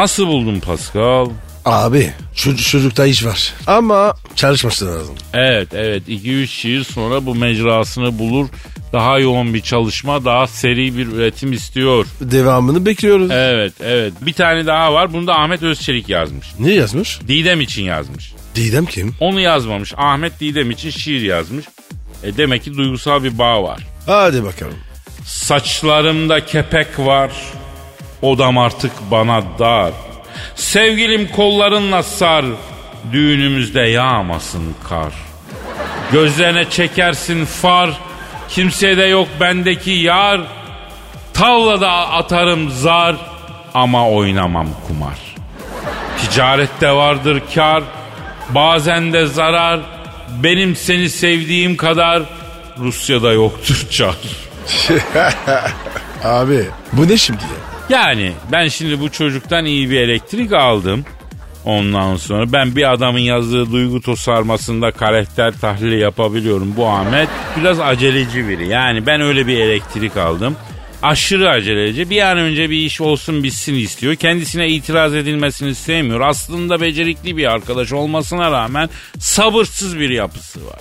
Nasıl buldun Pascal? Abi şu çocukta iş var. Ama çalışması lazım. Evet evet 2-3 şiir sonra bu mecrasını bulur. Daha yoğun bir çalışma, daha seri bir üretim istiyor. Devamını bekliyoruz. Evet evet. Bir tane daha var. Bunu da Ahmet Özçelik yazmış. Ne yazmış? Didem için yazmış. Didem kim? Onu yazmamış. Ahmet Didem için şiir yazmış. E demek ki duygusal bir bağ var. Hadi bakalım. Saçlarımda kepek var. Odam artık bana dar. Sevgilim kollarınla sar. Düğünümüzde yağmasın kar. Gözlerine çekersin far. Kimseye de yok bendeki yar. Tavlada atarım zar. Ama oynamam kumar. Ticarette vardır kar. Bazen de zarar. Benim seni sevdiğim kadar Rusya'da yoktur çar. Abi bu ne şimdi ya? Yani ben şimdi bu çocuktan iyi bir elektrik aldım. Ondan sonra ben bir adamın yazdığı duygu tosarmasında karakter tahlili yapabiliyorum. Bu Ahmet biraz aceleci biri. Yani ben öyle bir elektrik aldım. Aşırı aceleci. Bir an önce bir iş olsun bitsin istiyor. Kendisine itiraz edilmesini sevmiyor. Aslında becerikli bir arkadaş olmasına rağmen sabırsız bir yapısı var.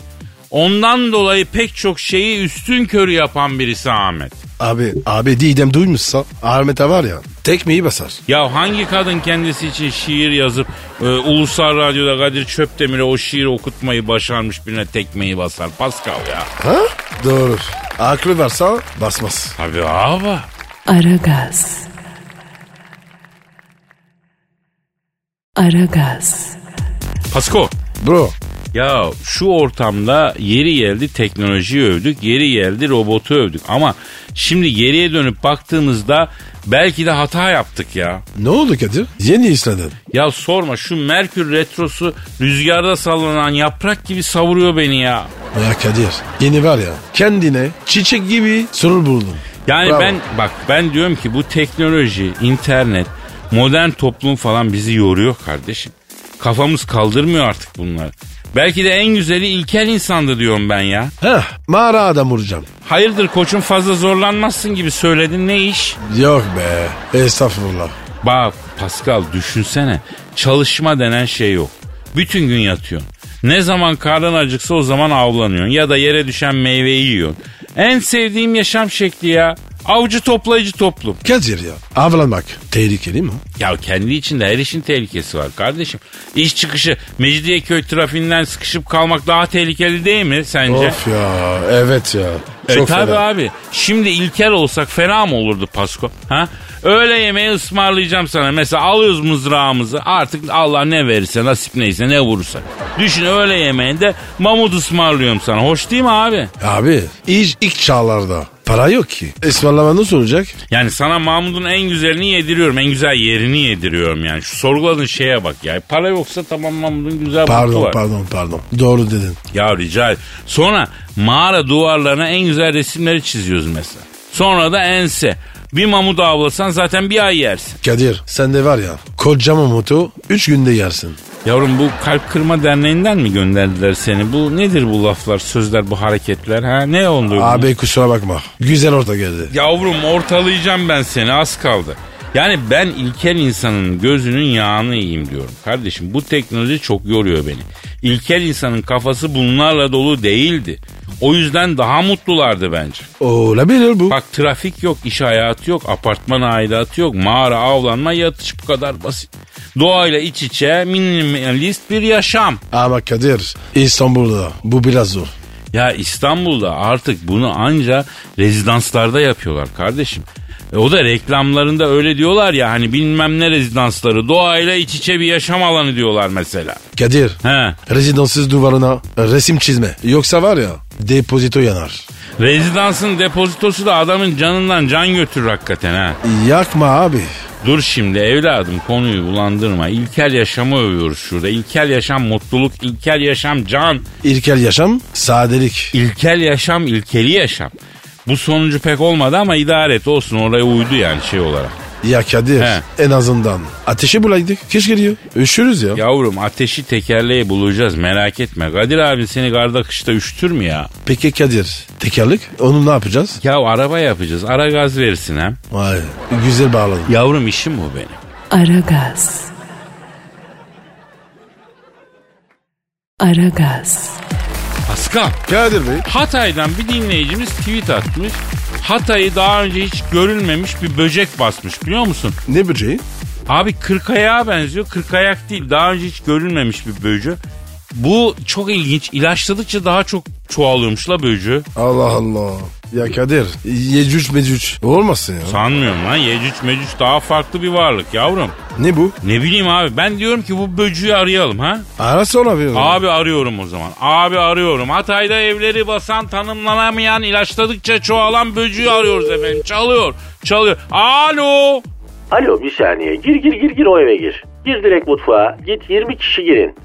Ondan dolayı pek çok şeyi üstün körü yapan birisi Ahmet. Abi, abi Didem duymuşsa Ahmet'e var ya tekmeyi basar. Ya hangi kadın kendisi için şiir yazıp e, Ulusal Radyo'da Kadir Çöpdemir'e o şiiri okutmayı başarmış birine tekmeyi basar Pascal ya. Ha? Doğru. Aklı varsa basmaz. Tabii abi. Aragaz. Aragaz. Pasko. Bro Ya şu ortamda yeri geldi teknolojiyi övdük, yeri geldi robotu övdük. Ama şimdi geriye dönüp baktığımızda Belki de hata yaptık ya. Ne oldu Kadir? Yeni İslandın. Ya sorma şu Merkür Retrosu rüzgarda sallanan yaprak gibi savuruyor beni ya. Ya Kadir yeni var ya kendine çiçek gibi sorun buldum. Yani Bravo. ben bak ben diyorum ki bu teknoloji, internet, modern toplum falan bizi yoruyor kardeşim. Kafamız kaldırmıyor artık bunları. Belki de en güzeli ilkel insandı diyorum ben ya. Heh mağara adam vuracağım. Hayırdır koçum fazla zorlanmazsın gibi söyledin ne iş? Yok be estağfurullah. Bak Pascal düşünsene çalışma denen şey yok. Bütün gün yatıyorsun. Ne zaman karnın acıksa o zaman avlanıyorsun ya da yere düşen meyveyi yiyorsun. En sevdiğim yaşam şekli ya. Avcı toplayıcı toplum. Kadir ya avlanmak tehlikeli mi? Ya kendi içinde her işin tehlikesi var kardeşim. İş çıkışı Mecidiyeköy trafiğinden sıkışıp kalmak daha tehlikeli değil mi sence? Of ya evet ya. E Çok tabii fena. abi. Şimdi ilkel olsak fena mı olurdu Pasko? Ha? Öğle yemeği ısmarlayacağım sana. Mesela alıyoruz mızrağımızı. Artık Allah ne verirse nasip neyse ne vurursa. Düşün öğle yemeğinde mamut ısmarlıyorum sana. Hoş değil mi abi? Abi iş ilk çağlarda para yok ki. Ismarlama nasıl olacak? Yani sana Mahmut'un en güzelini yediriyorum. En güzel yerini yediriyorum yani. Şu sorguladığın şeye bak ya. Para yoksa tamam Mahmut'un güzel butu Pardon var. pardon pardon. Doğru dedin. Ya rica et. Sonra mağara duvarlarına en güzel resimleri çiziyoruz mesela. Sonra da ense. Bir mamut avlasan zaten bir ay yersin. Kadir sen de var ya kocaman moto 3 günde yersin. Yavrum bu kalp kırma derneğinden mi gönderdiler seni? Bu nedir bu laflar, sözler, bu hareketler? Ha ne oldu? bu? Abi kusura bakma. Güzel orta geldi. Yavrum ortalayacağım ben seni az kaldı. Yani ben ilkel insanın gözünün yağını yiyeyim diyorum. Kardeşim bu teknoloji çok yoruyor beni. İlkel insanın kafası bunlarla dolu değildi. O yüzden daha mutlulardı bence. Olabilir bu. Bak trafik yok, iş hayatı yok, apartman aidatı yok, mağara, avlanma, yatış bu kadar basit. Doğayla iç içe minimalist bir yaşam. Ama Kadir İstanbul'da bu biraz zor. Ya İstanbul'da artık bunu anca rezidanslarda yapıyorlar kardeşim. E o da reklamlarında öyle diyorlar ya hani bilmem ne rezidansları doğayla iç içe bir yaşam alanı diyorlar mesela. Kadir He. rezidanssız duvarına resim çizme. Yoksa var ya depozito yanar. Rezidansın depozitosu da adamın canından can götürür hakikaten ha. Yakma abi. Dur şimdi evladım konuyu bulandırma. İlkel yaşamı övüyoruz şurada. İlkel yaşam mutluluk, ilkel yaşam can. İlkel yaşam sadelik. İlkel yaşam, ilkeli yaşam. Bu sonucu pek olmadı ama idare et olsun oraya uydu yani şey olarak. Ya Kadir He. en azından ateşi bulaydık. Kış geliyor. Üşürüz ya. Yavrum ateşi tekerleği bulacağız merak etme. Kadir abi seni garda kışta üşütür mü ya? Peki Kadir tekerlek onu ne yapacağız? Ya araba yapacağız. Ara gaz verirsin hem. Vay güzel bağladım. Yavrum işim bu benim. Aragaz. Aragaz. Pascal. Kadir Bey. Hatay'dan bir dinleyicimiz tweet atmış. Hatay'ı daha önce hiç görülmemiş bir böcek basmış biliyor musun? Ne böceği? Abi kırkayağa benziyor. Kırkayak değil. Daha önce hiç görülmemiş bir böcü. Bu çok ilginç. İlaçladıkça daha çok çoğalıyormuş la böcü. Allah Allah. Ya Kadir yecüc mecüc olmasın ya. Sanmıyorum lan. Yecüc mecüc daha farklı bir varlık yavrum. Ne bu? Ne bileyim abi ben diyorum ki bu böcüyü arayalım ha. Ara sonra bir. Abi arıyorum o zaman. Abi arıyorum. Hatay'da evleri basan tanımlanamayan ilaçladıkça çoğalan böcüyü arıyoruz efendim. Çalıyor. Çalıyor. Alo. Alo bir saniye. Gir gir gir gir o eve gir. Gir direkt mutfağa. Git 20 kişi girin.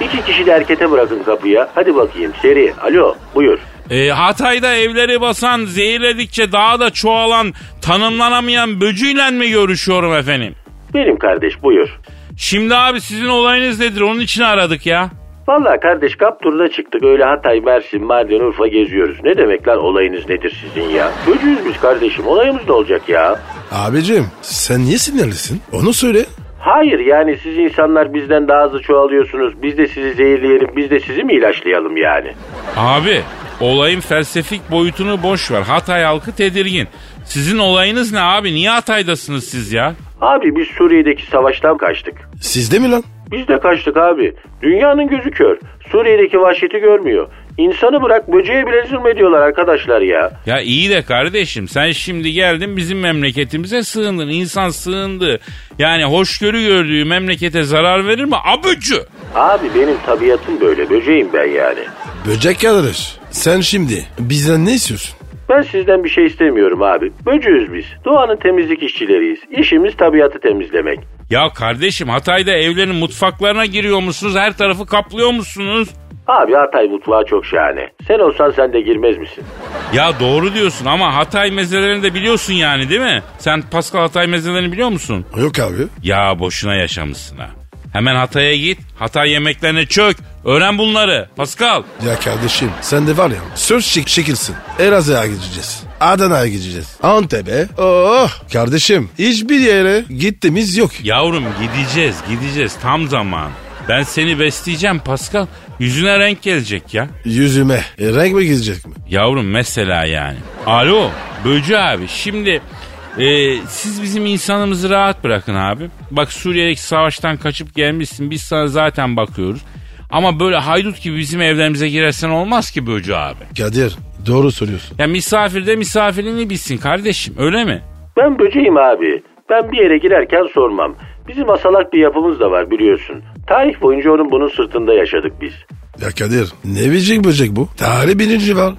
İki kişi de erkete bırakın kapıya. Hadi bakayım seri. Alo buyur. Ee, Hatay'da evleri basan zehirledikçe daha da çoğalan tanımlanamayan böcüyle mi görüşüyorum efendim? Benim kardeş buyur. Şimdi abi sizin olayınız nedir? Onun için aradık ya. Vallahi kardeş kap turuna çıktık. Öyle Hatay, Mersin, Mardin, Urfa geziyoruz. Ne demek lan olayınız nedir sizin ya? Böcüyüz biz kardeşim. Olayımız ne olacak ya? Abicim sen niye sinirlisin? Onu söyle. Hayır yani siz insanlar bizden daha hızlı çoğalıyorsunuz. Biz de sizi zehirleyelim. Biz de sizi mi ilaçlayalım yani? Abi olayın felsefik boyutunu boş ver. Hatay halkı tedirgin. Sizin olayınız ne abi? Niye Hatay'dasınız siz ya? Abi biz Suriye'deki savaştan kaçtık. Sizde mi lan? Biz de kaçtık abi. Dünyanın gözü kör. Suriye'deki vahşeti görmüyor. İnsanı bırak böceğe bile zulmediyorlar arkadaşlar ya. Ya iyi de kardeşim sen şimdi geldin bizim memleketimize sığındın. İnsan sığındı. Yani hoşgörü gördüğü memlekete zarar verir mi? Abücü. Abi benim tabiatım böyle böceğim ben yani. Böcek Kadir. Sen şimdi bizden ne istiyorsun? Ben sizden bir şey istemiyorum abi. Böcüyüz biz. Doğanın temizlik işçileriyiz. İşimiz tabiatı temizlemek. Ya kardeşim Hatay'da evlerin mutfaklarına giriyor musunuz? Her tarafı kaplıyor musunuz? Abi Hatay mutfağı çok şahane. Sen olsan sen de girmez misin? Ya doğru diyorsun ama Hatay mezelerini de biliyorsun yani değil mi? Sen Pascal Hatay mezelerini biliyor musun? Yok abi. Ya boşuna yaşamışsın ha. Hemen Hatay'a git. Hatay yemeklerine çök. Öğren bunları. Pascal. Ya kardeşim sen de var ya söz şek şekilsin. Elazığ'a gideceğiz. Adana'ya gideceğiz. Antep'e. Oh kardeşim hiçbir yere gittiğimiz yok. Yavrum gideceğiz gideceğiz tam zaman. Ben seni besleyeceğim Pascal. Yüzüne renk gelecek ya. Yüzüme. E, renk mi gidecek mi? Yavrum mesela yani. Alo Böcü abi şimdi e, siz bizim insanımızı rahat bırakın abi. Bak Suriye'deki savaştan kaçıp gelmişsin biz sana zaten bakıyoruz. Ama böyle haydut gibi bizim evlerimize girersen olmaz ki Böcü abi. Kadir doğru söylüyorsun. Ya misafir de misafirini bilsin kardeşim öyle mi? Ben böceğim abi. Ben bir yere girerken sormam. Bizim asalak bir yapımız da var biliyorsun. Tarih boyunca onun bunun sırtında yaşadık biz. Ya Kadir ne bilecek böcek bu? Tarih birinci var.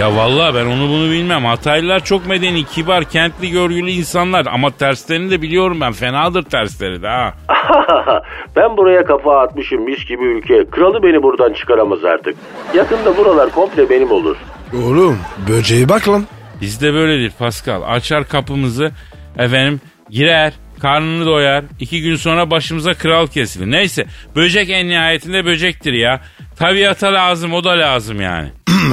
Ya vallahi ben onu bunu bilmem. Hataylılar çok medeni, kibar, kentli, görgülü insanlar. Ama terslerini de biliyorum ben. Fenadır tersleri de ha. ben buraya kafa atmışım mis gibi ülke. Kralı beni buradan çıkaramaz artık. Yakında buralar komple benim olur. Oğlum böceğe bak lan. Bizde böyledir Pascal. Açar kapımızı efendim girer. Karnını doyar. iki gün sonra başımıza kral kesilir. Neyse böcek en nihayetinde böcektir ya. Tabiata lazım o da lazım yani.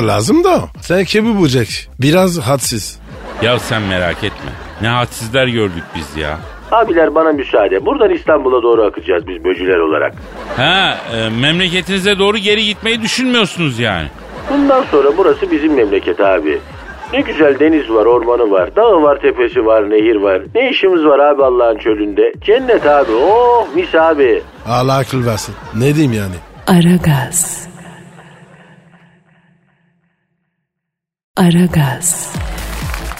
Lazım da. Sen kimi böcek? Biraz hadsiz. Ya sen merak etme. Ne hadsizler gördük biz ya. Abiler bana müsaade. Buradan İstanbul'a doğru akacağız biz böcüler olarak. Ha e, memleketinize doğru geri gitmeyi düşünmüyorsunuz yani. Bundan sonra burası bizim memleket abi. Ne güzel deniz var, ormanı var, dağı var, tepesi var, nehir var. Ne işimiz var abi Allah'ın çölünde? Cennet abi, oh mis abi. Allah akıl versin. Ne diyeyim yani? Aragaz. Aragaz.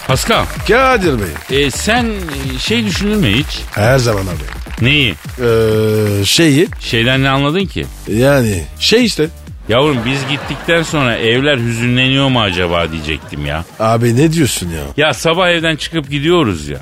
Pascal Kadir Bey. e, sen e, şey düşündün mü hiç? Her zaman abi. Neyi? Ee, şeyi Şeyden ne anladın ki? yani şey işte. Yavrum biz gittikten sonra evler hüzünleniyor mu acaba diyecektim ya. Abi ne diyorsun ya? Ya sabah evden çıkıp gidiyoruz ya.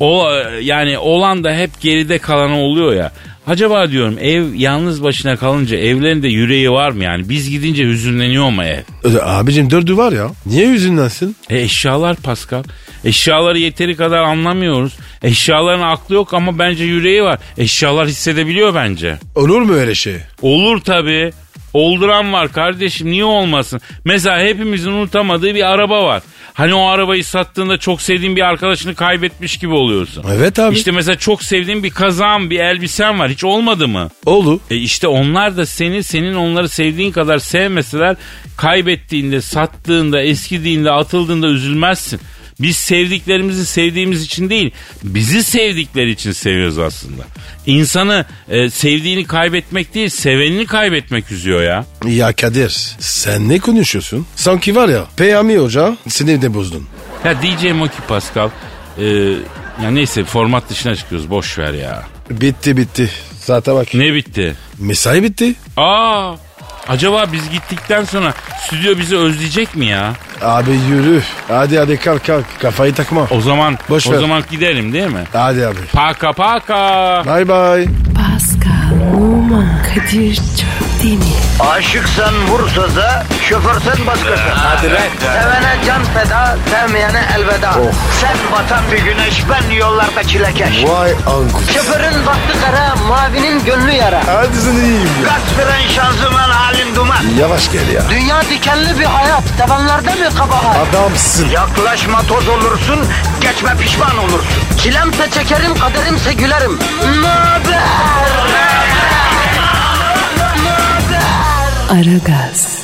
O yani olan da hep geride kalan oluyor ya. Acaba diyorum ev yalnız başına kalınca evlerin de yüreği var mı yani? Biz gidince hüzünleniyor mu ev? Ee, Abicim dördü var ya. Niye yüzündensin? E eşyalar Pascal. Eşyaları yeteri kadar anlamıyoruz. Eşyaların aklı yok ama bence yüreği var. Eşyalar hissedebiliyor bence. Olur mu öyle şey? Olur tabii. Olduran var kardeşim niye olmasın? Mesela hepimizin unutamadığı bir araba var. Hani o arabayı sattığında çok sevdiğin bir arkadaşını kaybetmiş gibi oluyorsun. Evet abi. İşte mesela çok sevdiğin bir kazağın, bir elbisen var. Hiç olmadı mı? Oldu. E işte onlar da seni, senin onları sevdiğin kadar sevmeseler kaybettiğinde, sattığında, eskidiğinde, atıldığında üzülmezsin. Biz sevdiklerimizi sevdiğimiz için değil, bizi sevdikleri için seviyoruz aslında. İnsanı e, sevdiğini kaybetmek değil, sevenini kaybetmek üzüyor ya. Ya Kadir sen ne konuşuyorsun? Sanki var ya Peyami Hoca seni de bozdun. Ya diyeceğim o ki Pascal, e, ya neyse format dışına çıkıyoruz, boş ver ya. Bitti bitti. Zaten bak. Ne bitti? Mesai bitti. Aa, acaba biz gittikten sonra stüdyo bizi özleyecek mi ya? Abi yürü. Hadi hadi kalk kalk. Kafayı takma. O zaman Boş o ver. zaman gidelim değil mi? Hadi abi. Paka paka. Bye bye. Pascal, Oman, Kadir çok değil mi? Aşıksan vursa da, şoförsen başkasın. Hadi Sevene can feda, sevmeyene elveda. Sen batan bir güneş, ben yollarda çilekeş. Vay anku. Şoförün baktı kara, mavinin gönlü yara. Hadi sen iyiyim ya. Kasperen şanzıman halin duman. Yavaş gel ya. Dünya dikenli bir hayat, sevenlerde mi kabahar? Adamsın. Yaklaşma toz olursun, geçme pişman olursun. Çilemse çekerim, kaderimse gülerim. Möber! Aragaz.